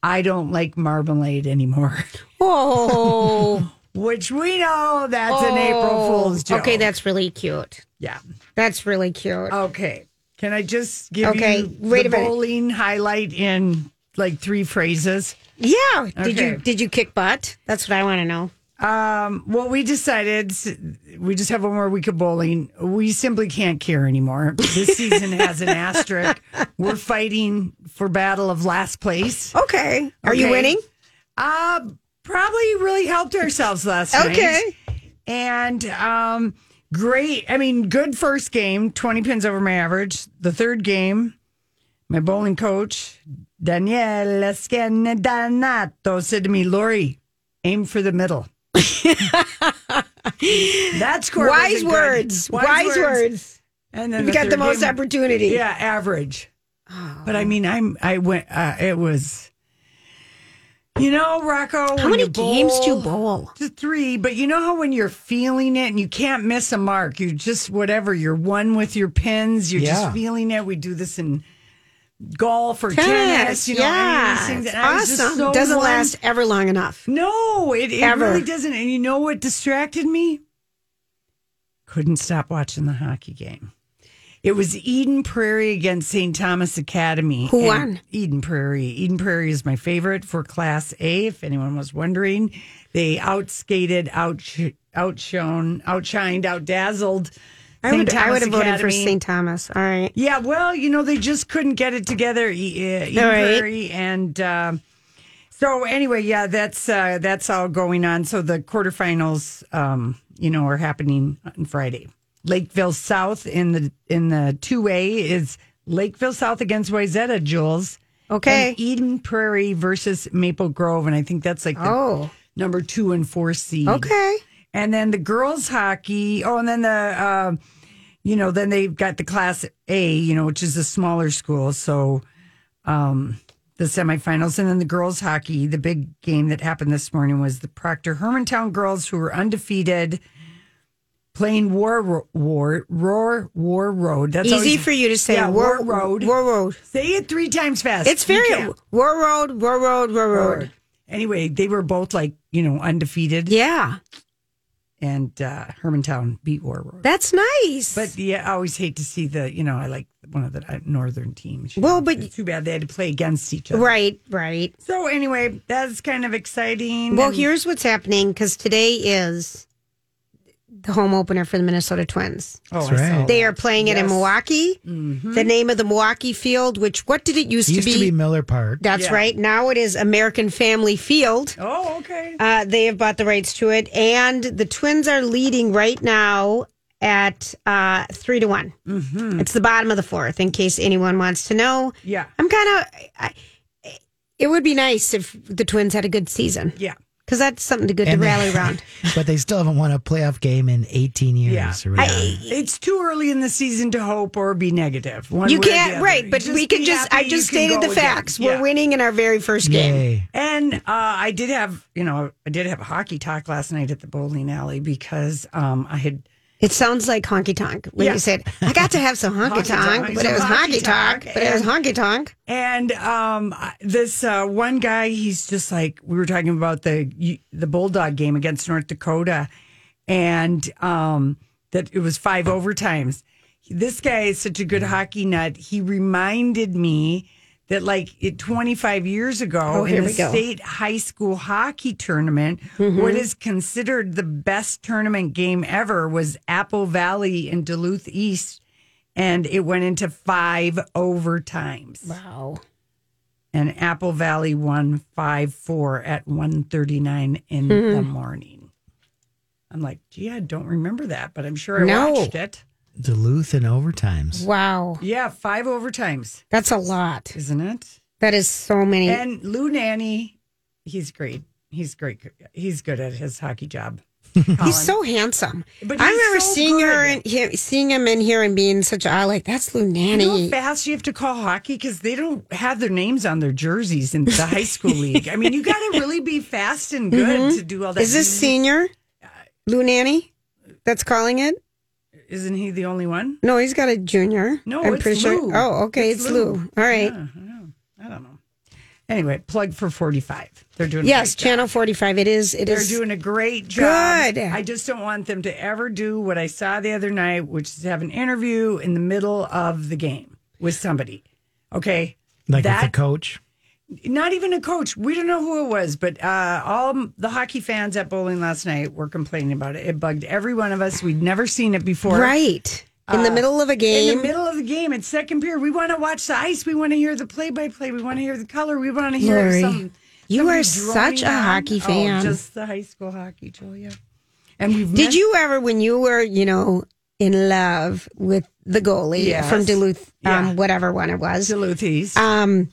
I don't like marmalade anymore, Oh. which we know that's an April Oh. Fool's joke. Oh. Okay, that's really cute. yeah. That's really cute. Okay. Can I just give Okay, you wait the a minute. bowling highlight in like three phrases? yeah. Did Okay. you did you kick butt? That's what I want to know. Um, well, we decided we just have one more week of bowling. We simply can't care anymore. This season has an asterisk. We're fighting for battle of last place. Okay. Are you Okay. winning? Uh, probably really helped ourselves last night. Okay. And um, great. I mean, good first game, 20 pins over my average. The third game, my bowling coach, Daniela Scanadanato, said to me, Lori, aim for the middle. That's score Wise wasn't good. words. Wise, words. And then You got third the most game- opportunity. Oh. yeah, average. But I mean, I'm I went. Uh, it was, you know, Rocco. How when many you bowl, games do you bowl? Just three. But you know how when you're feeling it and you can't miss a mark, you just whatever. You're one with your pins. You're Yeah. just feeling it. We do this in golf or Tennis. tennis. You know, yeah. I mean, these things. It's And I was just awesome. so Doesn't one- last ever long enough. No, it, it Ever. really doesn't. And you know what distracted me? Couldn't stop watching the hockey game. It was Eden Prairie against St. Thomas Academy. Who And won? Eden Prairie. Eden Prairie is my favorite for Class A, if anyone was wondering. They outskated, outsh outshone, outshined, outdazzled. I St. would, I Thomas would have voted for Academy. St. Thomas. All right. Yeah, well, you know, they just couldn't get it together, E- uh, Eden All right. Prairie, and uh, so anyway, yeah, that's uh, that's all going on. So the quarterfinals, um, you know, are happening on Friday. Lakeville South in the in the two A is Lakeville South against Wayzata, Jules. Okay. And Eden Prairie versus Maple Grove, and I think that's like the Oh. number two and four seed. Okay. And then the girls hockey. Oh, and then the, uh, you know, then they've got the class A, you know, which is a smaller school. So um, the semifinals. And then the girls hockey, the big game that happened this morning was the Proctor Hermantown girls who were undefeated playing War, Ro- War, Roar, War Road. That's Easy always- for you to say. Yeah, War, Road. War Road. Say it three times fast. It's You very can't. War Road, War Road, War Road. Anyway, they were both like, you know, undefeated. Yeah. And uh, Hermantown beat War Road. That's nice. But yeah, I always hate to see the you know I like one of the uh, northern teams. you Well, know, but- it's too bad they had to play against each other. right, right. So anyway, that's kind of exciting. Well, And- here's what's happening because today is the home opener for the Minnesota Twins. oh, That's right. They are playing it in Yes. Mm-hmm. Milwaukee. The name of the Milwaukee field, which what did it used, Used to be Miller Park. That's Yeah. right. Now it is American Family Field. Oh, okay. Uh, they have bought the rights to it, and the Twins are leading right now at uh, three to one. Mm-hmm. It's the bottom of the fourth. In case anyone wants to know, Yeah, I'm kind of. It would be nice if the Twins had a good season yeah. because that's something to good to And they- rally around. but they still haven't won a playoff game in 18 years. Yeah. or whatever. It's too early in the season to hope or be negative. one You way or the can't, other. right? But Just we can be just. I happy just you can stated go the again. facts. Yeah. We're winning in our very first game. Yay. And uh, I did have, you know, I did have a hockey talk last night at the bowling alley because um, I had It sounds like honky tonk when Yeah. you said, "I got to have some honky Honky tonk," tonk, but it some was honky honky tonk, tonk, but it was and- honky tonk. And um, I- this uh, one guy, he's just like we were talking about the the bulldog game against North Dakota, and um, that it was five overtimes. This guy is such a good Mm-hmm. hockey nut. He reminded me that like it, 25 years ago Oh, here in the we go. Mm-hmm. state high school hockey tournament, what is considered the best tournament game ever was Apple Valley in Duluth East, and it went into five overtimes Wow. and Apple Valley won five four at one thirty nine in Mm-hmm. the morning. I'm like, gee, I don't remember that, but I'm sure I No. watched it. Duluth in overtimes. Wow. Yeah, five overtimes, That's a lot. isn't it? That is so many. And Lou Nanny, he's great. He's great. He's good at his hockey job. Colin. He's so handsome. But I he's remember so seeing her good. and he, seeing him in here and being such. I like that's Lou You know how Nanny. fast you have to call hockey because they don't have their names on their jerseys in the high school league. I mean, you got to really be fast and good to do all that. Mm-hmm. Is this senior Uh, Lou Nanny? That's calling it. Isn't he the only one? No, he's got a junior. No, I'm it's pretty sure. Lou. Oh, okay, it's, It's Lou. Lou. All right. Yeah, I know. I don't know. Anyway, plug for 45. They're doing a Yes, great job. Channel 45. It is. It They're is. doing a great job. Good. I just don't want them to ever do what I saw the other night, which is have an interview in the middle of the game with somebody. Okay. Like that, with the coach. not even a coach. We don't know who it was, but uh, all m- the hockey fans at bowling last night were complaining about it. It bugged every one of us. We'd never seen it before. right in the middle of a In game. the middle of the game, it's second period. We want to watch the ice. We want to hear the play-by-play. We want to hear the color. We want to hear Lori, some. you somebody are such droning a on. hockey fan. Oh, just the high school hockey, Julia. And we've Did missed- you ever, when you were, you know, in love with the goalie Yes. from Duluth, um, Yeah. whatever one it was? Duluth East? Um,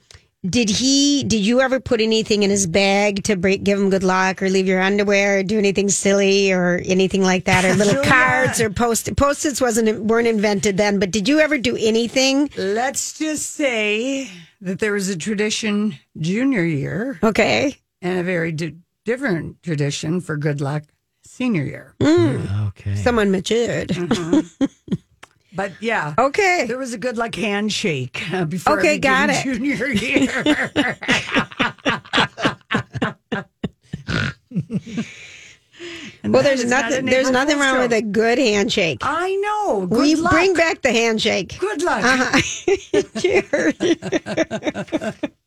did he? Did you ever put anything in his bag to break, give him good luck, or leave your underwear, or do anything silly, or anything like that, or little Julia. cards, or post post-its wasn't weren't invented then? But did you ever do anything? Let's just say that there was a tradition junior year Okay, and a very di- different tradition for good luck senior year. Mm. Okay. someone matured. But yeah. Okay, There was a good luck handshake uh, before Okay, I got began it. junior year. And well, that there's is not nothing. a There's neighbor nothing wrong with fool's a good handshake. joke. I know. Good we luck. bring back Uh-huh. the handshake. good luck.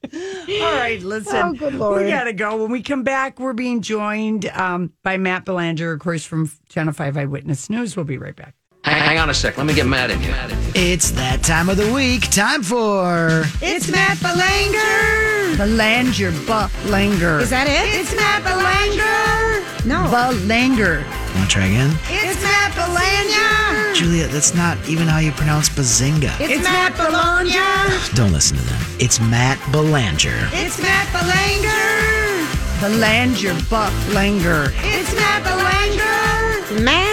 Cheers. All right, listen. Oh, good Lord. We gotta go. When we come back, we're being joined um, by Matt Belanger, of course, from Channel Five Eyewitness News. We'll be right back. Hang, hang on a sec. Let me get mad at you. It's that time of the week. Time for it's Matt Belanger. Belanger, Belanger, Is that it? It's Matt Belanger. No, Belanger. Want to try again? it's Matt Belanger. Julia, that's not even how you pronounce Bazinga. It's, Matt Belanger. Don't listen to them. It's Matt Belanger. It's Matt Belanger. Belanger, Belanger. It's Matt Belanger. Matt.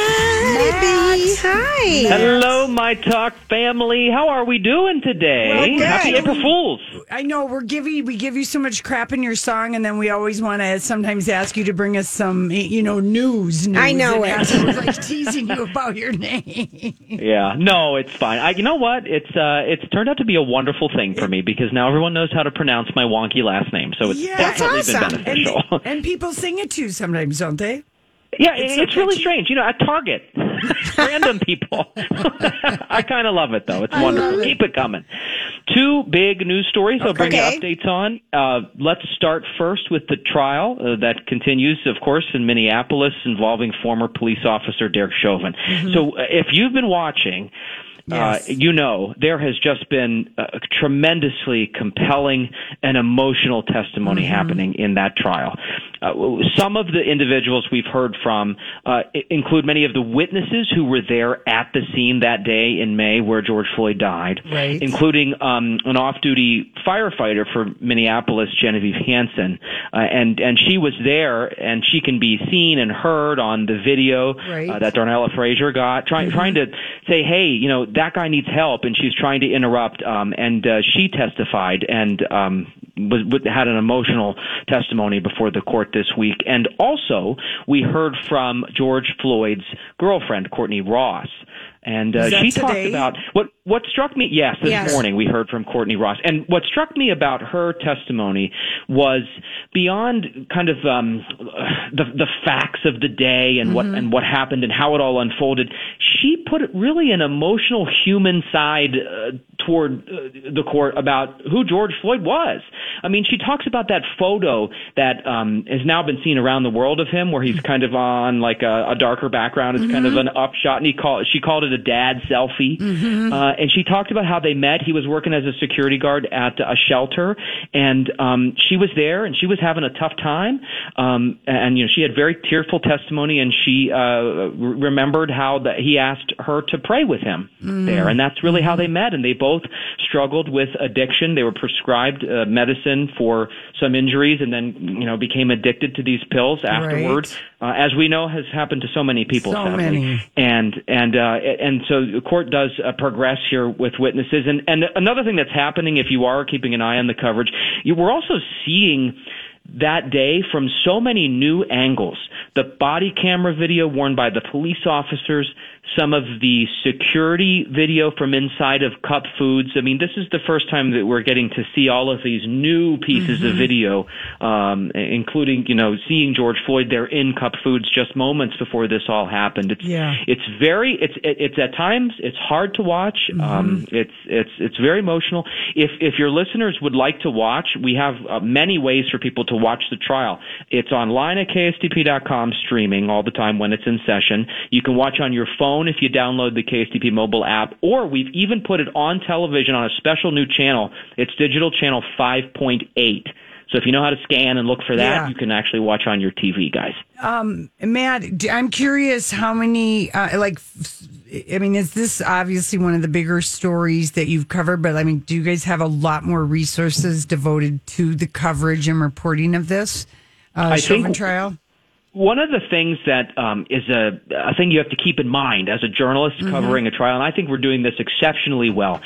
Hi. Hello, my talk family. How are we doing today? Well, good. Happy April Fools. I know we're giving we give you so much crap in your song, and then we always want to sometimes ask you to bring us some you know news. news I know and it. ask- we're, like teasing you about your name. Yeah, no, it's fine. I, you know what? It's uh, it's turned out to be a wonderful thing for me because now everyone knows how to pronounce my wonky last name, so it's Yeah. That's definitely awesome. been And, beneficial. and people sing it to you sometimes, don't they? yeah, it's, so it's really catchy. strange. You know, at Target, random people. I kind of love it though. It's wonderful. Keep it coming. Two big news stories. I'll bring you Okay. updates on. Uh, let's start first with the trial uh, that continues, of course, in Minneapolis involving former police officer Derek Chauvin. So, uh, if you've been watching. Mm-hmm. Yes. Uh, you know, there has just been a Mm-hmm. tremendously compelling and emotional testimony happening in that trial. Uh, some of the individuals we've heard from uh, i- include many of the witnesses who were there at the scene that day in May where George Floyd died, Right. including um, an off-duty firefighter for Minneapolis, Genevieve Hansen, uh, and and she was there and she can be seen and heard on the video Right. Mm-hmm. uh, that Darnella Frazier got, trying trying to say, hey, you know that guy needs help, and she's trying to interrupt, um, and uh, she testified and um, was, was- had an emotional testimony before the court this week, and also we heard from George Floyd's girlfriend, Courtney Ross. And uh, Is that she talked today? about what what struck me. Yes, this Yes. morning we heard from Courtney Ross, and what struck me about her testimony was beyond kind of um, the the facts of the day and what and what happened and how it all unfolded. She put really an emotional human side uh, toward uh, the court about who George Floyd was. I mean, she talks about that photo that um, has now been seen around the world of him, where he's kind of on like a, a darker background. It's kind of an upshot, and he called she called it a dad selfie. Uh, and she talked about how they met. He was working as a security guard at a shelter, and um, she was there, and she was having a tough time. Um, and you know, she had very tearful testimony, and she uh, re- remembered how that he asked her to pray with him Mm. there, and that's really how they met. And they both struggled with addiction. They were prescribed uh, medicine for some injuries, and then you know became addicted to these pills afterward, uh, as we know has happened to so many people. So sadly many. and and uh, and so the court does uh, progress here with witnesses. And and another thing that's happening, if you are keeping an eye on the coverage, you, we're also seeing that day from so many new angles. The body camera video worn by the police officers, some of the security video from inside of Cup Foods. I mean, this is the first time that we're getting to see all of these new pieces of video, um, including you know seeing George Floyd there in Cup Foods just moments before this all happened. It's Yeah. it's very it's it, it's at times it's hard to watch Mm-hmm. um it's it's it's very emotional if if your listeners would like to watch we have uh, many ways for people to watch the trial it's online at kstp.com streaming all the time when it's in session you can watch on your phone if you download the KSTP mobile app or we've even put it on television on a special new channel it's digital channel 5.8 so if you know how to scan and look for that Yeah. you can actually watch on your TV guys Matt, d- I'm curious how many, uh, like, f- I mean, is this obviously one of the bigger stories that you've covered? But I mean, do you guys have a lot more resources devoted to the coverage and reporting of this uh, I Chauvin think- trial? One of the things that um, is a, a thing you have to keep in mind as a journalist Mm-hmm. covering a trial, and I think we're doing this exceptionally well.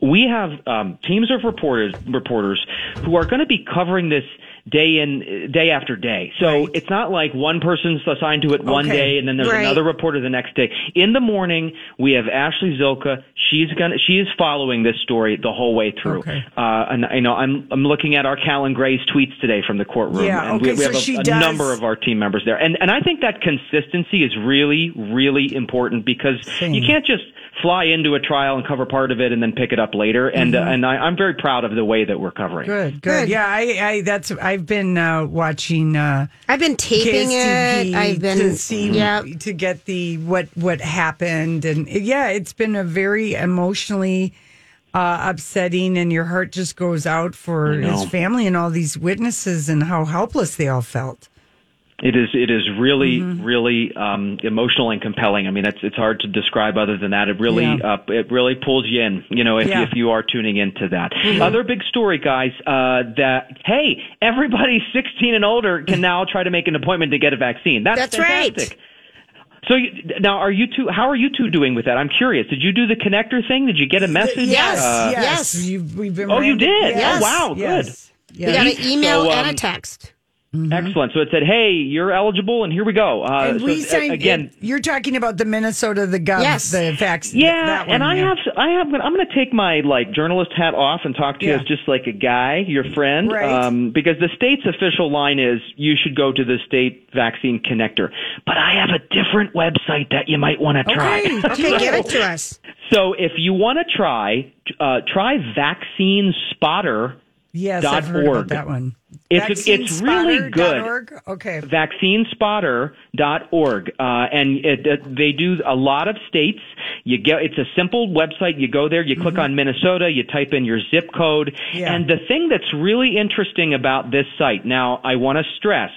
We have um, teams of reporters reporters who are going to be covering this day in day after day. So it's not like one person's assigned to it one Okay. day and then there's Right. another reporter the next day. In the morning, we have Ashley Zilka. She's gonna she is following this story the whole way through. Okay. Uh, and you know, I'm I'm looking at our Callan Gray's tweets today from the courtroom, Yeah, and okay, we, we so have a, she a does- number of of our team members there. And and I think that consistency is really really important because you can't just fly into a trial and cover part of it and then pick it up later. And uh, and I, I'm very proud of the way that we're covering. it. Good, good. Yeah, I, I, that's, I've been uh, watching. Uh, I've been taping it. KSTP I've been to see Yep. to get the what what happened and yeah, it's been a very emotionally uh, upsetting, and your heart just goes out for I know. his family and all these witnesses and how helpless they all felt. It is it is really Mm-hmm. really um, emotional and compelling. I mean, it's it's hard to describe other than that. It really Yeah. uh, it really pulls you in. You know, if Yeah. Mm-hmm. if you are tuning into that. Other big story, guys. Uh, that hey, everybody 16 and older can now try to make an appointment to get a vaccine. That's, That's right. fantastic. So you, now, are you two? How are you two doing with that? I'm curious. Did you do the connector thing? Did you get a message? Yes, Uh, yes. you we've been. Oh, you ran- did? Yes. Oh, wow, Yes. Mm-hmm. We got an email So, um, and a text. Excellent. So it said, "Hey, you're eligible, and here we go." Uh, And so, we uh, signed again. You're talking about the Minnesota the gov Yes. the facts. Yeah, that one, and I yeah. have, I have, I'm going to take my like journalist hat off and talk to Yeah. you as just like a guy, your friend, Right. um, because the state's official line is you should go to the state vaccine connector. But I have a different website that you might want to try. Okay. Okay, give it to us. So if you want to try, uh, try Vaccine Spotter. Yes, dot I've heard about org. that one. It's- it's really VaccineSpotter good. dot org? Okay. vaccinespotter.org uh, and it, it, they do a lot of states you get it's a simple website you go there you click on minnesota you type in your zip code Mm-hmm. Yeah. and the thing that's really interesting about this site now i want to stress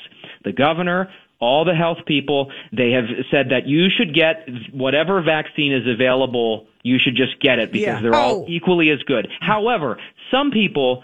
the governor, all the health people, they have said that you should get whatever vaccine is available, you should just get it because Yeah. they're all Oh. equally as good. However, some people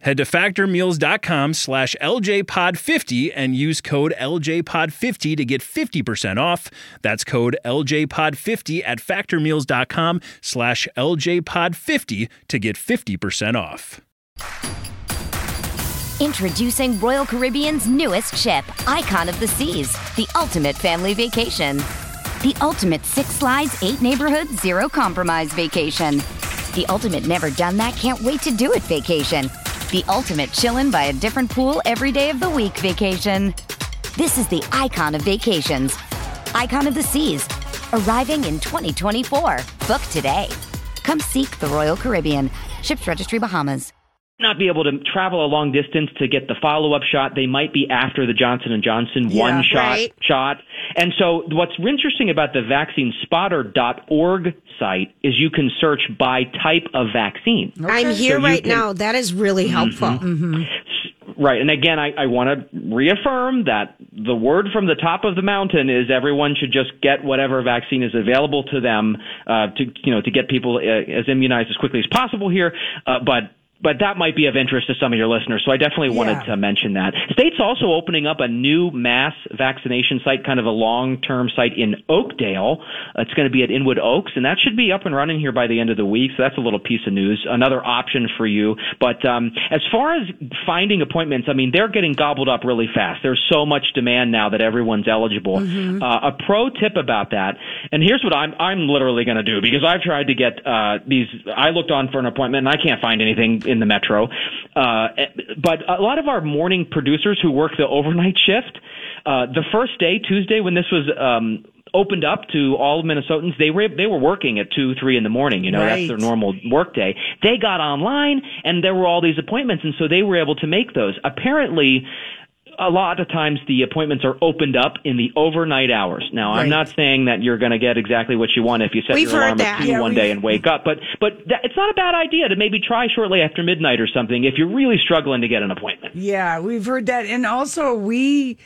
Head to factormeals.com slash LJPod50 and use code LJPod50 to get 50% off. That's code LJPod50 at factormeals.com slash LJPod50 to get 50% off. Introducing Royal Caribbean's newest ship, Icon of the Seas, the ultimate family vacation. The ultimate six slides, eight neighborhoods, zero compromise vacation. The ultimate never done that, can't wait to do it vacation. The ultimate chillin' by a different pool every day of the week vacation. This is the icon of vacations, icon of the seas, arriving in 2024. Book today. Come seek the Royal Caribbean. Ships Registry Bahamas. not be able to travel a long distance to get the follow-up shot. They might be after the Johnson and Johnson Yeah. one shot Right. shot. And so what's interesting about the vaccinespotter.org site is you can search by type of vaccine. I'm here So you right can- Mm-hmm. now. That is really helpful. Mm-hmm. Right. And again, I, I want to reaffirm that the word from the top of the mountain is everyone should just get whatever vaccine is available to them uh, to you know to get people uh, as immunized as quickly as possible here. Uh, but but that might be of interest to some of your listeners. So I definitely wanted Yeah. to mention that. State's also opening up a new mass vaccination site, kind of a long term site in Oakdale. It's going to be at Inwood Oaks, and that should be up and running here by the end of the week. So that's a little piece of news, another option for you. But um, as far as finding appointments, I mean, they're getting gobbled up really fast. There's so much demand now that everyone's eligible. Uh, a pro tip about that, and here's what I'm I'm literally going to do because I've tried to get uh, these. I looked on for an appointment and I can't find anything in the metro. Uh, but a lot of our morning producers who work the overnight shift, uh, the first day Tuesday when this was. Um, opened up to all Minnesotans they were they were working at 2 3 in the morning you know that's their Right. normal normal work day. They got online and there were all these appointments and so they were able to make those. Apparently, a lot of times the appointments are opened up in the overnight hours. Now, I'm not saying that you're going to get exactly what you want if you set We've your alarm heard at that. 2 Yeah, one we've- day and wake up, but but that, it's not a bad idea to maybe try shortly after midnight or something if you're really struggling to get an appointment. Yeah, we've heard that, and also we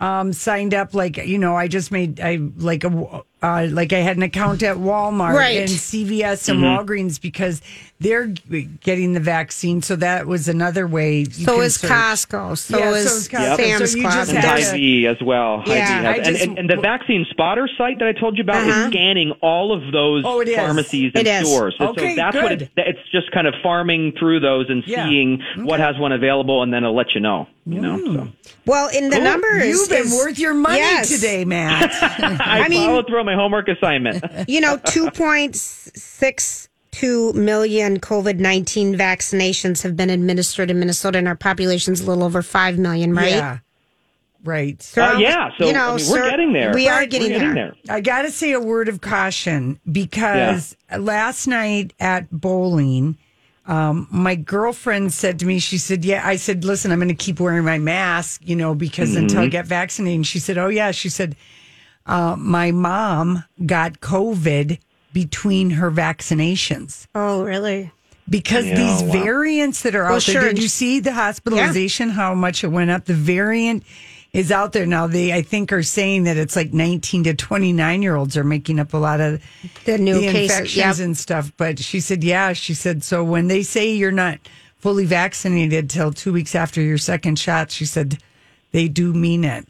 um, signed up. Like you know, I just made I like a w- uh, like I had an account at Walmart Right. and CVS Mm-hmm. and Walgreens because they're g- getting the vaccine. So that was another way. You So can is search. Costco. So Yeah, so is is Costco. Sam's So you Club. just And have That's- to- Hy-Vee as well. Hy-Vee Yeah. has- I and, just- and, and the vaccine spotter site that I told you about Uh-huh. is scanning all of those Oh, it is. pharmacies and It is. stores. And Okay, so that's what good. it, that- it's just kind of farming through those and Yeah. seeing what has one available, and then it'll let you know. You know, Mm. so. Well, in the numbers, Oh, You've been is- worth your money Yes. today, Matt. I, mean- followed through on my homework assignment. You know, 2.62 million COVID 19 vaccinations have been administered in Minnesota, and our population's a little over 5 million, right? Yeah. Right. So, Uh, yeah, so, I mean, we're so getting there. We are We're getting, getting there. there. I got to say a word of caution because last night at bowling, um, my girlfriend said to me, she said, Yeah, I said, listen, I'm going to keep wearing my mask, you know, because until I get vaccinated. And she said, Oh, yeah. She said, uh, My mom got COVID between her vaccinations Oh, really? because Yeah, these wow. variants that are out Well, there. sure, Did and you sh- see the hospitalization? How much it went up? The variant is out there now. They, I think, are saying that it's like 19 to 29 year olds are making up a lot of The new the cases. infections Yep. and stuff. But she said, yeah, she said. So when they say you're not fully vaccinated till two weeks after your second shot, she said they do mean it.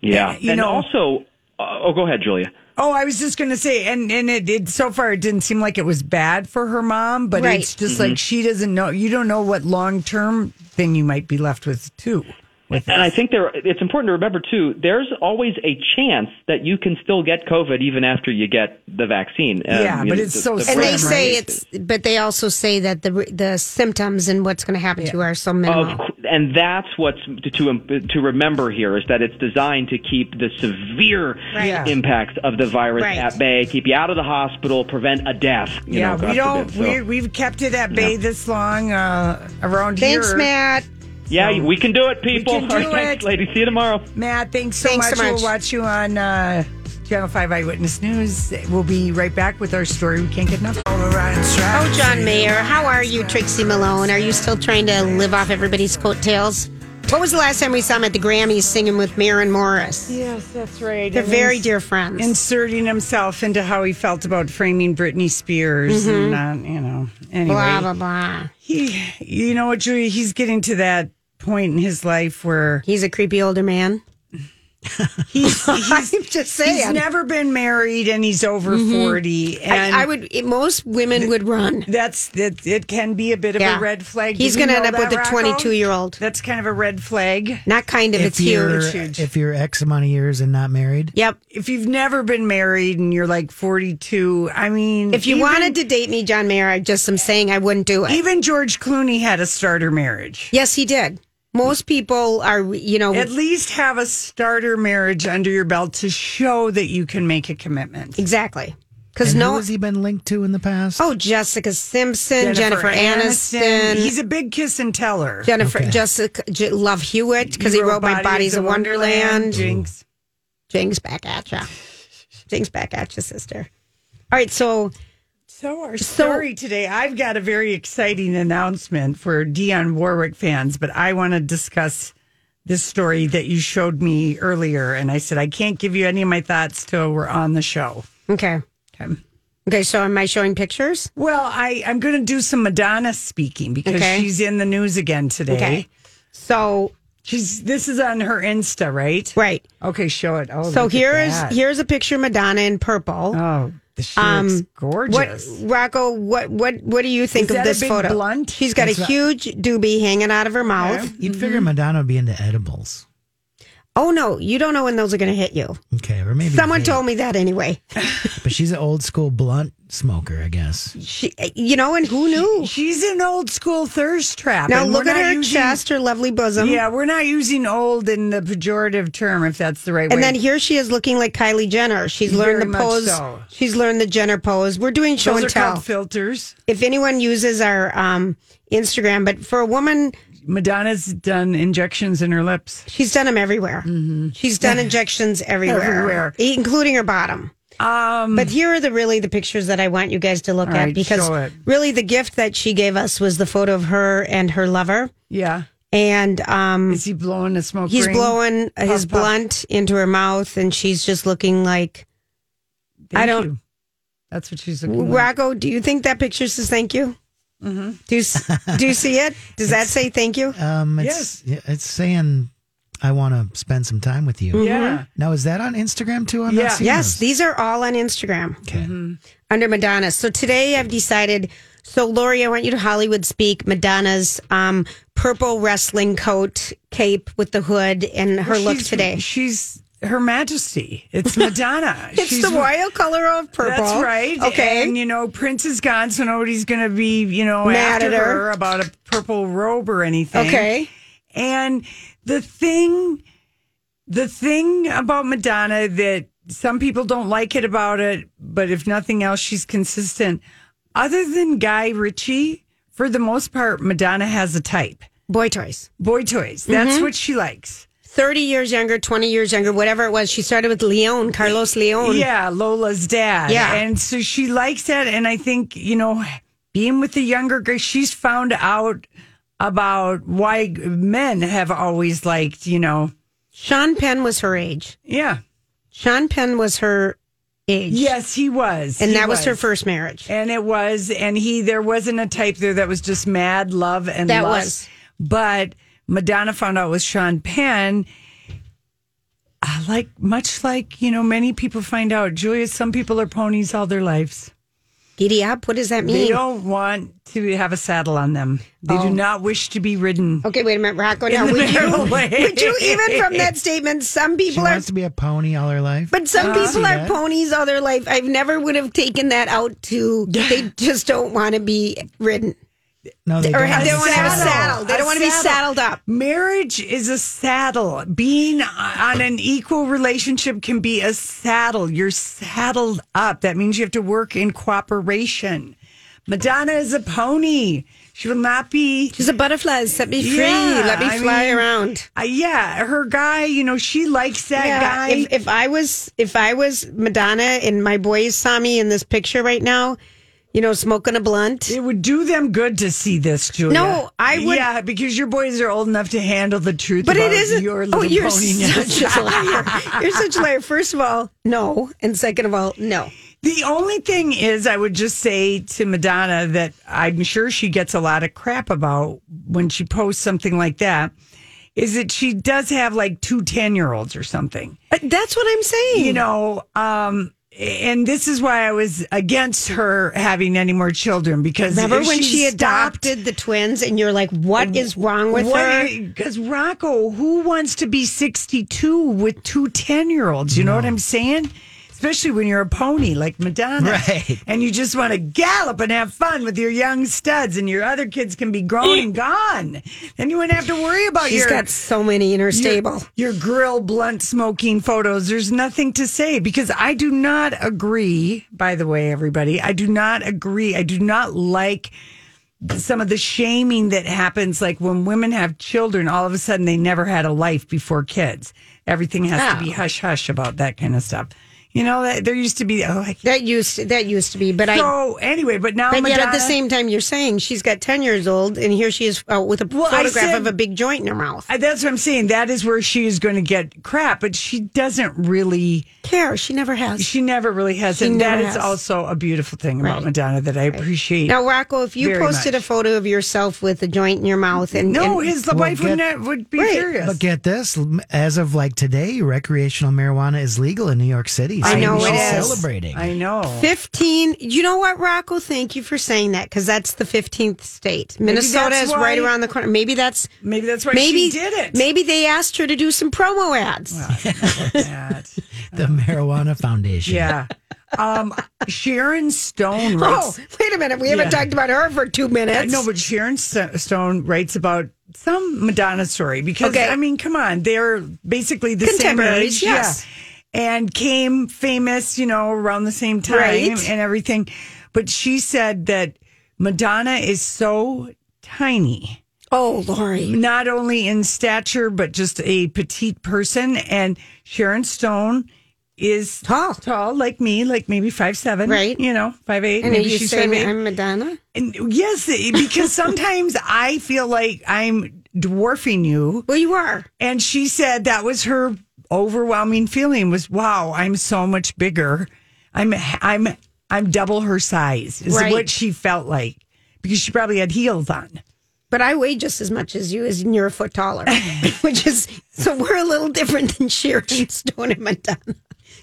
Yeah, You and know- also, uh, oh, go ahead, Julia. Oh, I was just going to say, and and it, it so far it didn't seem like it was bad for her mom, but Right. Mm-hmm. it's just like she doesn't know. You don't know what long term thing you might be left with too. with And I this. think there, it's important to remember too. There's always a chance that you can still get COVID even after you get the vaccine. Um, Yeah, you but know, it's so And Right, they right. say it's, but they also say that the the symptoms and what's going to happen to you are so minimal. Of, cou- and that's what's to, to to remember here is that it's designed to keep the severe Right. Yeah. impacts of the virus Right. at bay, keep you out of the hospital, prevent a death. You yeah, know, God we don't. forbid. So, we, we've kept it at bay this long uh, around Thanks, here. Matt. yeah, we can do it, people. can do All right, it. ladies. See you tomorrow. Matt, thanks so Thanks much. so much. We'll watch you on uh, Channel 5 Eyewitness News. We'll be right back with our story. We can't get enough. Oh, John Mayer, how are you, Trixie Malone? Are you still trying to live off everybody's coattails? What was the last time we saw him at the Grammys singing with Maren Morris? Yes, that's right. They're very dear friends. Inserting himself into how he felt about framing Britney Spears and, uh, you know, anyway. Mm-hmm. blah, blah, blah. He, you know what, Julia? He's getting to that point in his life where He's a creepy older man. he's, he's, I'm just saying. Mm-hmm. he's never been married and he's over 40. And I, I would, it- most women would run. That's it. It can be a bit of Yeah. a red flag. He's Did you gonna know end up that, with a Rocco? 22-year-old. That's kind of a red flag. Not kind of, if it's you're, huge. If you're X amount of years and not married, Yep. If you've never been married and you're like 42, I mean, If you even- wanted to date me, John Mayer, I just am saying I wouldn't do it. even George Clooney had a starter marriage. yes, he did. Most people are, you know, At least have a starter marriage under your belt to show that you can make a commitment. exactly. Because and no, who has he been linked to in the past? Oh, Jessica Simpson, Jennifer, Aniston. He's a big kiss and teller. Jennifer Jessica J- Love Hewitt because he, wrote, My Body's a Wonderland. Jinx. Jing's back at ya. Jing's back at ya, sister. All right, so So our So- story today, I've got a very exciting announcement for Dionne Warwick fans, but I want to discuss this story that you showed me earlier, and I said I can't give you any of my thoughts till we're on the show. okay, Okay. okay. So am I showing pictures? Well, I I'm going to do some Madonna speaking because Okay. she's in the news again today. Okay. So She's this is on her Insta, right? right. Okay, show it. Oh, So look at here is that. here's a picture of Madonna in purple. Oh, she looks gorgeous. Um, What Rocco? What what what do you think Is of that a this big photo? blunt? She's got a That's a- huge doobie hanging out of her mouth. You'd Mm-hmm. figure Madonna would be into edibles. Oh no, you don't know when those are going to hit you. Okay, or maybe Someone vape. told me that anyway. But she's an old school blunt smoker, I guess. She, you know, and who knew? She's an old school thirst trap. Now and look we're at not her using- chest, her lovely bosom. Yeah, we're not using old in the pejorative term, if that's the right And way. then here she is looking like Kylie Jenner. She's learned Very the much pose. so. She's learned the Jenner pose. We're doing show those are and tell. called filters. if anyone uses our um, Instagram, but for a woman, Madonna's done injections in her lips. she's done them everywhere. She's done injections everywhere, Mm-hmm. Everywhere. e- including her bottom. Um, But here are the really the pictures that I want you guys to look All at right, because show it. really the gift that she gave us was the photo of her and her lover. yeah. And um, Is he blowing a smoke? He's ring? blowing his puff. blunt into her mouth, and she's just looking like Thank I don't- you. That's what she's looking. like. Rocco. Do you think that picture says thank you? Mm-hmm. Do you s- do you see it? Does that say thank you? Oh. Um, it's, yeah, It's saying, I want to spend some time with you. Yeah. Now, is that on Instagram too? I'm Yeah. not seeing Mm-hmm. Yes, those. Mm-hmm. these are all on Instagram Okay. under Madonna. So today I've decided. So Lori, I want you to Hollywood speak Madonna's um, purple wrestling coat, cape with the hood, and her look She's- today. She's Her Majesty. It's Madonna. It's she's the royal color of purple. That's right. Okay. And you know, Prince is gone, so nobody's going to be, you know, Mad after at her. her. about a purple robe or anything. okay. And the thing, the thing about Madonna that some people don't like it about it, but if nothing else, she's consistent. Other than Guy Ritchie, for the most part, Madonna has a type. Boy toys. Boy toys. That's Mm-hmm. what she likes. 30 years younger, 20 years younger, whatever it was. She started with Leon, Carlos Leon. Yeah, Lola's dad. Yeah. And so she likes that. And I think, you know, being with the younger girl, she's found out about why men have always liked, you know, Sean Penn was her age. yeah. Sean Penn was her age. Yes, he was. And He that was. her first marriage. And it was, and he, there wasn't a type there that was just mad love and That lust. But Madonna found out with Sean Penn. I like much like you know, many people find out. Julia, some people are ponies all their lives. Idiop? What does that They mean? don't want to have a saddle on them. They Oh. do not wish to be ridden. Okay, wait a minute, Rocco. Now, the would you, narrow way. would you even from that statement, some She people are wants to be a pony all her life. But some I can see people are that. ponies all their life. I've never would have taken that out to they just don't want to be ridden. no, they Or don't. have, they don't want to have a saddle. They A don't want to be saddle. saddled up. Marriage is a saddle. Being on an equal relationship can be a saddle. You're saddled up. That means you have to work in cooperation. Madonna is a pony. She will not be She's a butterfly. Set me free. Yeah, Let me I fly mean, around. Uh, yeah, her guy, you know, she likes that guy. If, if I was if I was Madonna and my boys saw me in this picture right now, you know, smoking a blunt. it would do them good to see this, Julia. No, I would- Yeah, because your boys are old enough to handle the truth. But it about isn't. Your oh, little you're poniness. such a liar. You're such a liar. First of all, no, and second of all, no. The only thing is, I would just say to Madonna that I'm sure she gets a lot of crap about when she posts something like that. Is that she does have like two 10 year olds or something, But Uh, that's what I'm saying. you know? Um, and this is why I was against her having any more children because Remember if when she stopped- adopted the twins and you're like, what is wrong with her? Because Rocco, who wants to be 62 with two 10 year olds? You know what I'm saying? Especially when you're a pony like Madonna. Right. And you just want to gallop and have fun with your young studs, and your other kids can be grown and gone. Then you wouldn't have to worry about She's your. got so many in her stable. Your, your grill blunt smoking photos. There's nothing to say because I do not agree, by the way, everybody. I do not agree. I do not like some of the shaming that happens like when women have children all of a sudden they never had a life before kids everything has to Oh. be hush hush about that kind of stuff you know that there used to be oh I That used to, that used to be, but I. so anyway but now But yet, at the Madonna- same time, you're saying she's got ten years old, and here she is uh, with a Well, I photograph said- of a big joint in her mouth. I I- that's what I'm saying. That is where she is going to get crap, but she doesn't really. care. She never has. She never really has. She and that never is has. also a beautiful thing about Right. Madonna that I appreciate. now, Rocco, if you Very posted much. a photo of yourself with a joint in your mouth, and no, and- his wife would, not, would be Right. furious. But get this: as of like today, recreational marijuana is legal in New York City. I know we it should is. Celebrating. I know. 15 you know what rocco thank you for saying that because that's the 15th state minnesota that's is right why- around the corner maybe that's Maybe that's why maybe she did it. maybe they asked her to do some promo ads That. the Marijuana Foundation. Yeah. Um, Sharon Stone oh writes. wait a minute we haven't Yeah. talked about her for two minutes No, but Sharon Sto- Stone writes about some Madonna story because Okay. I mean, come on, they're basically the same Contemporaries, age, yes. yeah, and came famous, you know, around the same time Right. and everything. But she said that Madonna is so tiny oh lori not only in stature but just a petite person and sharon stone is Tall. tall like me like maybe five seven Right. you know five eight and are maybe you she's five saying eight i'm madonna and yes because sometimes i feel like i'm dwarfing you well you are and she said that was her overwhelming feeling was wow i'm so much bigger i'm i'm i'm double her size is Right. what she felt like because she probably had heels on but i weigh just as much as you as and you're a foot taller which is so we're a little different than sharon stone and madonna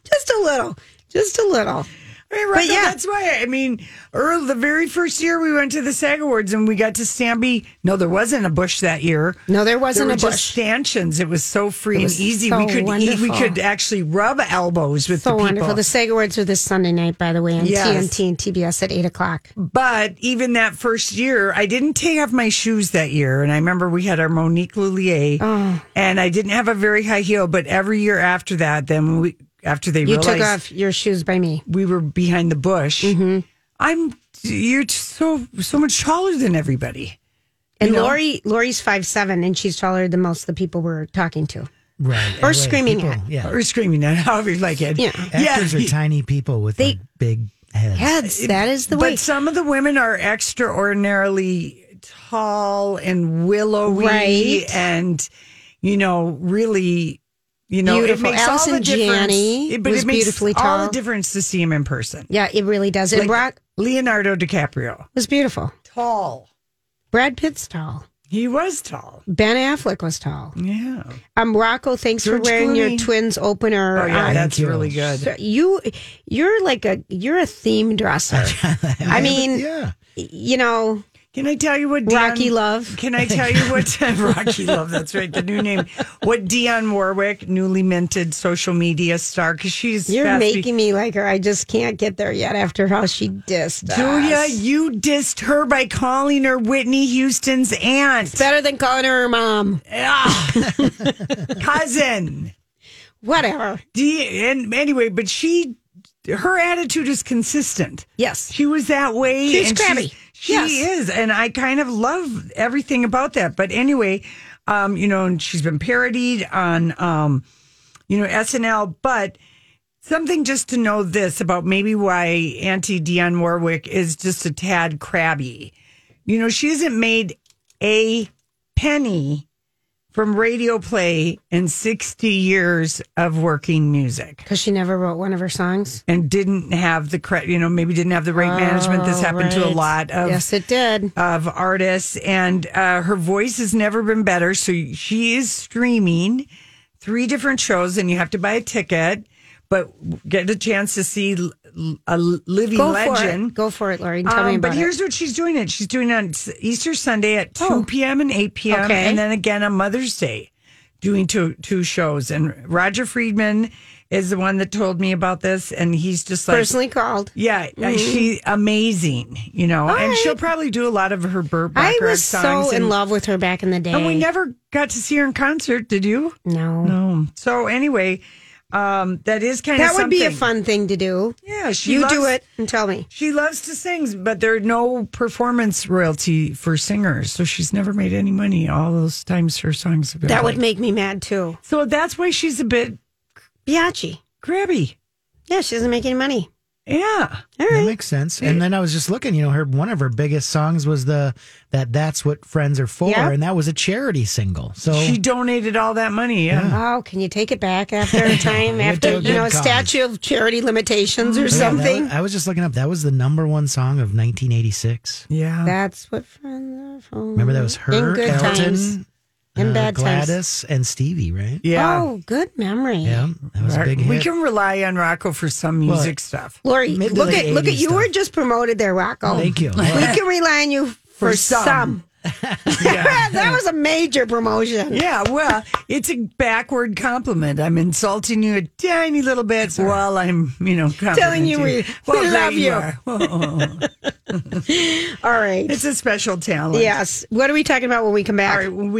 just a little just a little I mean, But Rocco, yeah. that's why. I mean, Earl, the very first year we went to the SAG Awards and we got to Stanby. No, there wasn't a bush that year. no there there wasn't were a just bush stanchions. It was so free was and easy. so we could eat. wonderful. We could actually rub elbows with So the people. wonderful. The SAG Awards are this Sunday night, by the way, on Yes. TNT and TBS at 8 o'clock. But even that first year, I didn't take off my shoes that year. And I remember we had our Monique Lullier, Oh. and I didn't have a very high heel. But every year after that, then we after they You realized took off Mm-hmm. your shoes by me. we were behind the bush. I'm you're t- so so much taller than everybody. And know? Lori, Lori's five seven, and she's taller than most of the people we're talking to. Right. Or LA screaming people, at. Yeah. Or screaming at however you like it. Yeah. Actors are tiny people with like, big heads. Heads, that is the but way. some of the women are extraordinarily tall and willowy Right. and you know really you know Beautiful. it makes Allison all the difference. Janney It- but was it makes beautifully all tall. the difference to see him in person. yeah, it really does. And Like Brock Leonardo DiCaprio, was beautiful. tall. Brad Pitt's tall. He was tall. Ben Affleck was tall. Yeah. Um, Rocco, thanks George for wearing your Clooney. twins opener. Oh, yeah, on. that's you. really good. So you you're like a you're a theme dresser. I mean, Yeah. you know, Can I tell you what Rocky Love. Can I tell you what Rocky Love? That's right, the new name. What Dionne Warwick, newly minted social media star, because she's you're fast- making me like her. I just can't get there yet after how she dissed. Julia, us. you dissed her by calling her Whitney Houston's aunt, better than calling her her mom. Eh. cousin. Whatever. Do you- and anyway, but she, her attitude is consistent. Yes. She was that way. She's and crabby. she Yes. is. And I kind of love everything about that. But anyway, um, you know, and she's been parodied on, um, you know, SNL. But something just to know this about maybe why Auntie Dionne Warwick is just a tad crabby. You know, she hasn't made a penny from radio play in 60 years of working music Because she never wrote one of her songs. and didn't have the credit, you know, maybe didn't have the right management. This happened to a lot of Oh, yes, it did. of artists, and uh, her voice has never been better. So she is streaming three different shows, and you have to buy a ticket, but get a chance to see l- l- a living Go for legend. it. Go for it, Laurie. Tell me Um, about but it. here's what she's doing it. She's doing it on S- Easter Sunday at 2 Oh. p.m. and 8 p.m. Okay. and then again on Mother's Day doing two two shows and Roger Friedman is the one that told me about this and he's just like personally called. yeah, uh, Mm-hmm. she amazing, you know, and she'll probably do a lot of her Burt I Bacharach was songs. so in and, love with her back in the day. and we never got to see her in concert. Did you? no. No. So anyway, um, that is kind of Mm. That would be a something. fun thing to do. Yeah, she you loves, do it and tell me. She loves to sing, but there are no performance royalty for singers, so she's never made any money. All those times her songs have been That would played. make me mad too. so that's why she's a bit Biachi. crabby. Yeah, she doesn't make any money. Yeah. All That right. makes sense. And then I was just looking, you know, her one of her biggest songs was the that that's what friends are for, Yeah. and that was a charity single. So She donated all that money. Yeah. Oh, can you take it back after a time? after, do a you good know, cause. statue of charity limitations Mm. Yeah, or that something? was- I was just looking up. That was the number one song of 1986. Yeah. That's what friends are for. Remember that was her, Mm-hmm. In good Elton, times. In uh, bad times. Gladys, and Stevie, right? yeah. Oh, good memory. Yeah, that was a Rock- big hit. We can rely on Rocco for some Well, music stuff. Lori, Mid to look late at look at 80s you were stuff. just promoted there, Rocco. Thank you. We can rely on you for, For some. some. that was a major promotion. Yeah, well, it's a backward compliment. I'm insulting you a tiny little bit while I'm, you know, Telling you we- complimenting Well, we there love you. are. Well, All right. it's a special talent. Yes. What are we talking about when we come back? All right, when we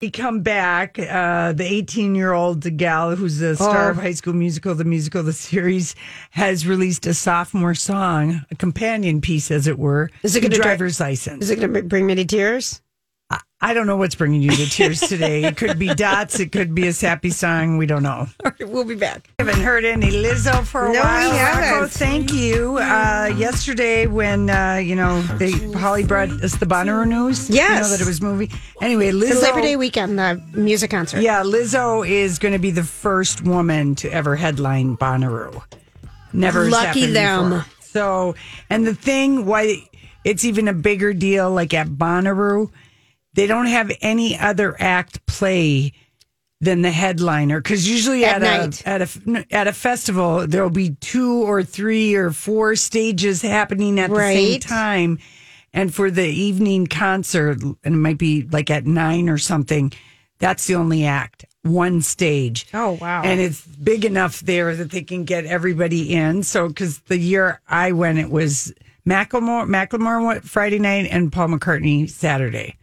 we come back, uh, the 18 year old gal who's the star Oh. of High School Musical, the musical, the series, has released a sophomore song, a companion piece, as it were. Is it to gonna dri- driver's license? Is it going to bring me to tears? I don't know what's bringing you to tears today. It could be dots. It could be a sappy song. We don't know. All right, we'll be back. Haven't heard any Lizzo for a No, we while. haven't. Rocco, thank you. Uh, yesterday, when uh, you know they Holly brought us the Bonnaroo news. you Yes. know, that it was moving. Anyway, Lizzo. It's Labor Day weekend, the music concert. Yeah, Lizzo is going to be the first woman to ever headline Bonnaroo. Never has Lucky happened them. before. So, and the thing why it's even a bigger deal, like at Bonnaroo, they don't have any other act play than the headliner because usually At at, night. a at a at a festival there will be two or three or four stages happening at the same Right. time. And for the evening concert, and it might be like at nine or something, That's the only act, one stage. Oh, wow. And it's big enough there that they can get everybody in. So, because the year I went, it was Macklemore, Macklemore went Friday night and Paul McCartney Saturday.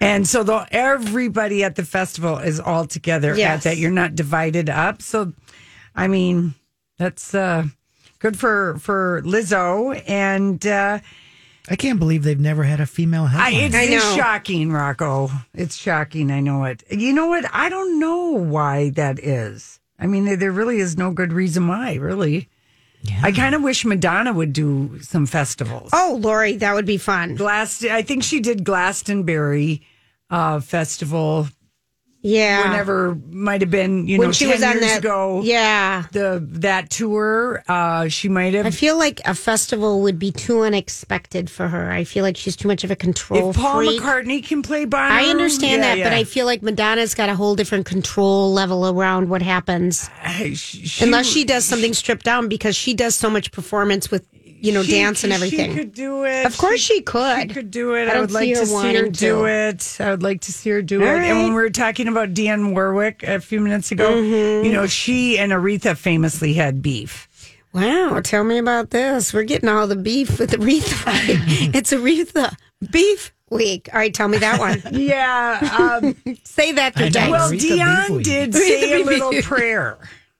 And so though everybody at the festival is all together Yes. at that you're not divided up. So I mean, that's uh good for for Lizzo and uh I can't believe they've never had a female I, headline. it's, it's shocking, Rocco. It's shocking. I know it. You know what? I don't know why that is. I mean, there, there really is no good reason why, really. I kind of wish Madonna would do some festivals. Oh, Lori, that would be fun. Glast- I think she did Glastonbury uh, Festival Yeah. whenever might have been, you When know, she 10 was on years that- ago. Yeah. The that tour, uh, she might have I feel like a festival would be too unexpected for her. I feel like she's too much of a control if Paul freak. McCartney can play Bono. I understand Um, yeah, that, but yeah. I feel like Madonna's got a whole different control level around what happens. I- she- she- Unless she does something stripped down because she does so much performance with, you know, she- dance and she everything. could do it. Of course she could. She could do I it. I, don't would see like her to see her wanting do to. it. I would like to see her do All it. And when right. we were talking about Dionne Warwick a few minutes ago, Mm-hmm. you know, she and Aretha famously had beef. Wow, tell me about this. We're getting all the beef with Aretha. it's Aretha Beef Week. All right, tell me that one. uh, Yeah. Um, Say that to James. well, Dionne did say a Aretha Beef little Week. prayer.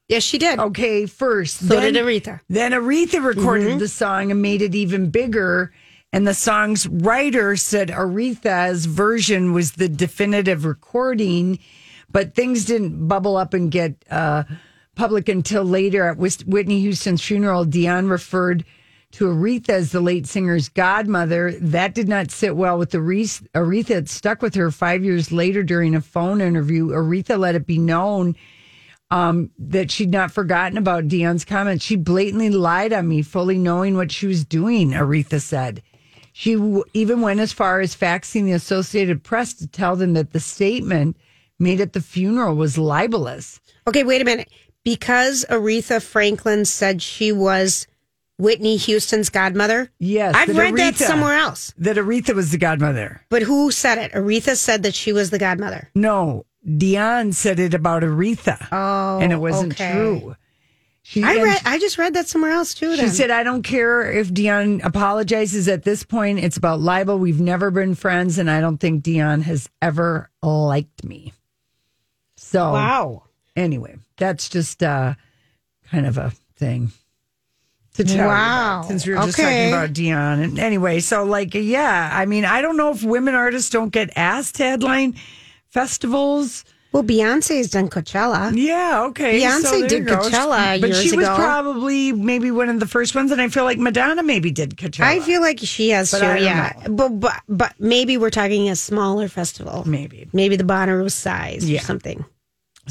Yes, she did. Okay, first. So did Aretha. Mm-hmm. Then Aretha recorded the song and made it even bigger. And the song's writer said Aretha's version was the definitive recording, but things didn't bubble up and get uh, public until later at Whis- Whitney Houston's funeral. Dion referred to Aretha as the late singer's godmother. That did not sit well with Aretha. Aretha It stuck with her five years later during a phone interview. Aretha let it be known that she'd not forgotten about Dion's comments. She blatantly lied on me, fully knowing what she was doing, Aretha said. She w- even went as far as faxing the Associated Press to tell them that the statement made at the funeral was libelous. Okay, wait a minute. Because Aretha Franklin said she was Whitney Houston's godmother. Yes, I've that read that Aretha- somewhere else. That Aretha was the godmother. But who said it? Aretha said that she was the godmother. No, Dion said it about Aretha. Oh, and it wasn't okay. true. She, I and read. I just read that somewhere else too. She Then. said, I don't care if Dion apologizes at this point. It's about libel. We've never been friends, and I don't think Dion has ever liked me. So, "Wow." anyway, that's just uh, kind of a thing to tell. you Wow. about, since we were just Okay. talking about Dion. And anyway, so like, yeah, I mean, I don't know if women artists don't get asked to headline festivals. Well, Beyonce's done Coachella. Yeah, okay. Beyonce there did you go. Coachella but years she was ago. probably maybe one of the first ones, and I feel like Madonna maybe did Coachella. I feel like she has But too. I don't Yeah, but, but but maybe we're talking a smaller festival. Maybe. maybe the Bonnaroo size Yeah. or something.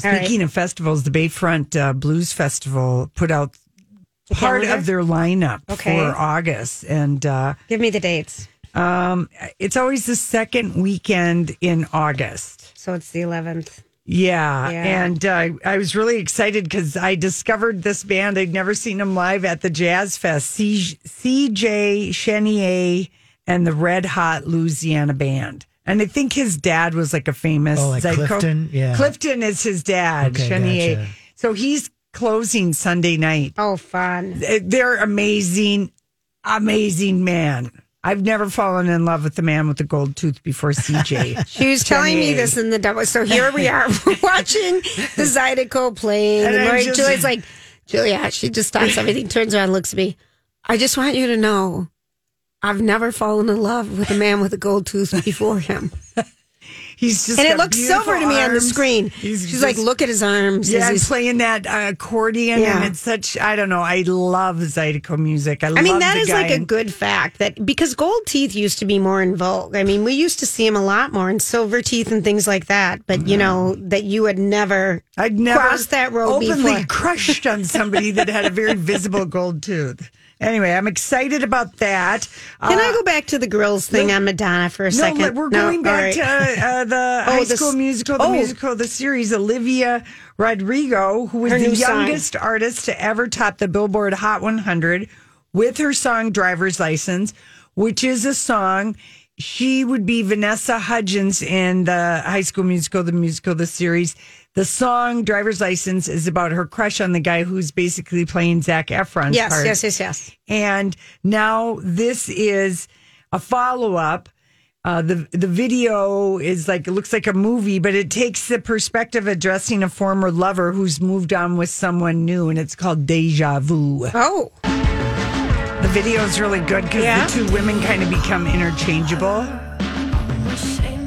All right. Speaking of festivals, the Bayfront uh, Blues Festival put out part calendar? of their lineup Okay. for August, and uh, Give me the dates. it's always the second weekend in August. So it's the eleventh. Yeah, Yeah. and uh, I was really excited because I discovered this band. I'd never seen them live at the Jazz Fest. C- CJ Chenier and the Red Hot Louisiana Band. And I think his dad was like a famous Oh, like Zydeco- Clifton? Yeah. Clifton is his dad, Okay, Chenier. gotcha. So he's closing Sunday night. Uh, Oh, fun! They're amazing, amazing man. I've never fallen in love with the man with the gold tooth before CJ. She was telling me Jenny. this in the double. So here we are We're watching the Zydeco playing. And And I'm Lori just- Julia's like, Julia, she just stops everything, turns around, looks at me. I just want you to know I've never fallen in love with a man with a gold tooth before him. He's just and it got looks beautiful silver to me on the arms. screen. He's She's like, just- look at his arms. Yeah, Is and his- playing that uh, accordion, Yeah. and it's such. I don't know. I love Zydeco music. I, I love mean, that the is guy like a and- good fact that because gold teeth used to be more in vogue. I mean, we used to see them a lot more and silver teeth and things like that. But you know that you had never, Mm. I'd never crossed that road openly before. crushed on somebody that had a very visible gold tooth. Anyway, I'm excited about that. Can I go back to the grills thing on Madonna for a No, second? but we're Uh, No? going All back right. to uh, uh, the Oh, High this- School Musical, the oh. musical, the series. Olivia Rodrigo, who was Her the new song. youngest artist to ever top the Billboard Hot 100 with her song "Driver's License," which is a song she would be Vanessa Hudgens in the High School Musical, the musical, the series. The song "Driver's License" is about her crush on the guy who's basically playing Zach Efron. Yes, yes, yes, yes. And now this is a follow up. Uh, the the video is like it looks like a movie, but it takes the perspective addressing a former lover who's moved on with someone new, and it's called Deja Vu. Oh, the video is really good because Yeah? the two women kind of become interchangeable.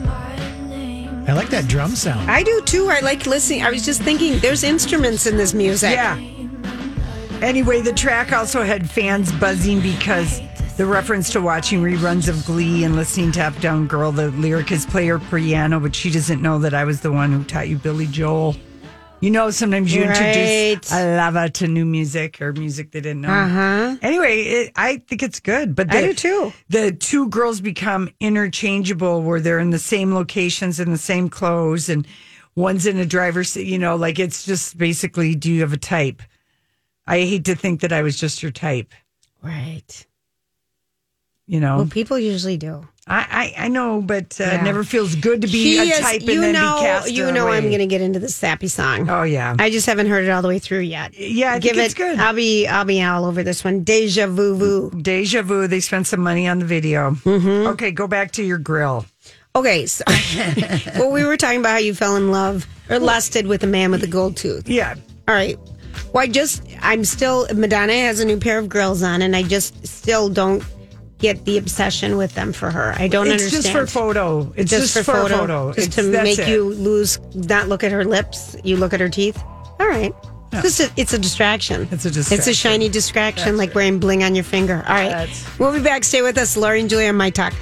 I like that drum sound. I do too. I like listening. I was just thinking there's instruments in this music. Yeah. Anyway, the track also had fans buzzing because the reference to watching reruns of Glee and listening to Up Down Girl, the lyric is play her piano, but she doesn't know that I was the one who taught you Billy Joel. You know, sometimes you introduce Right. a lover to new music or music they didn't know. Uh-huh. Anyway, it, I think it's good, but I the- do too. The two girls become interchangeable, where they're in the same locations in the same clothes, and one's in a driver's seat. You know, like it's just basically, do you have a type? I hate to think that I was just your type. Right. You know, Well, people usually do. I, I I know, but uh, Yeah. it never feels good to be She a is- type and you then know, be cast. You know I'm away. going to get into this sappy song. Oh yeah, I just haven't heard it all the way through yet. Yeah, I Give think it's it. good. I'll be. I'll be all over this one. Deja vu vu. Deja vu. They spent some money on the video. Mm-hmm. Okay, go back to your grill. Okay, so well, we were talking about how you fell in love or lusted with a man with a gold tooth. Yeah. All right. Well, I just, I'm still, Madonna has a new pair of grills on, and I just still don't get the obsession with them for her. I don't it's understand. just for photo. It's just, for photo. Just It's- to that's make it. you lose, not look at her lips, you look at her teeth. All right. It's, just a, it's a distraction. It's a It's a distraction. shiny distraction, like wearing bling on your finger. All right. That's- we'll be back. Stay with us. Lori and Julia on My Talk.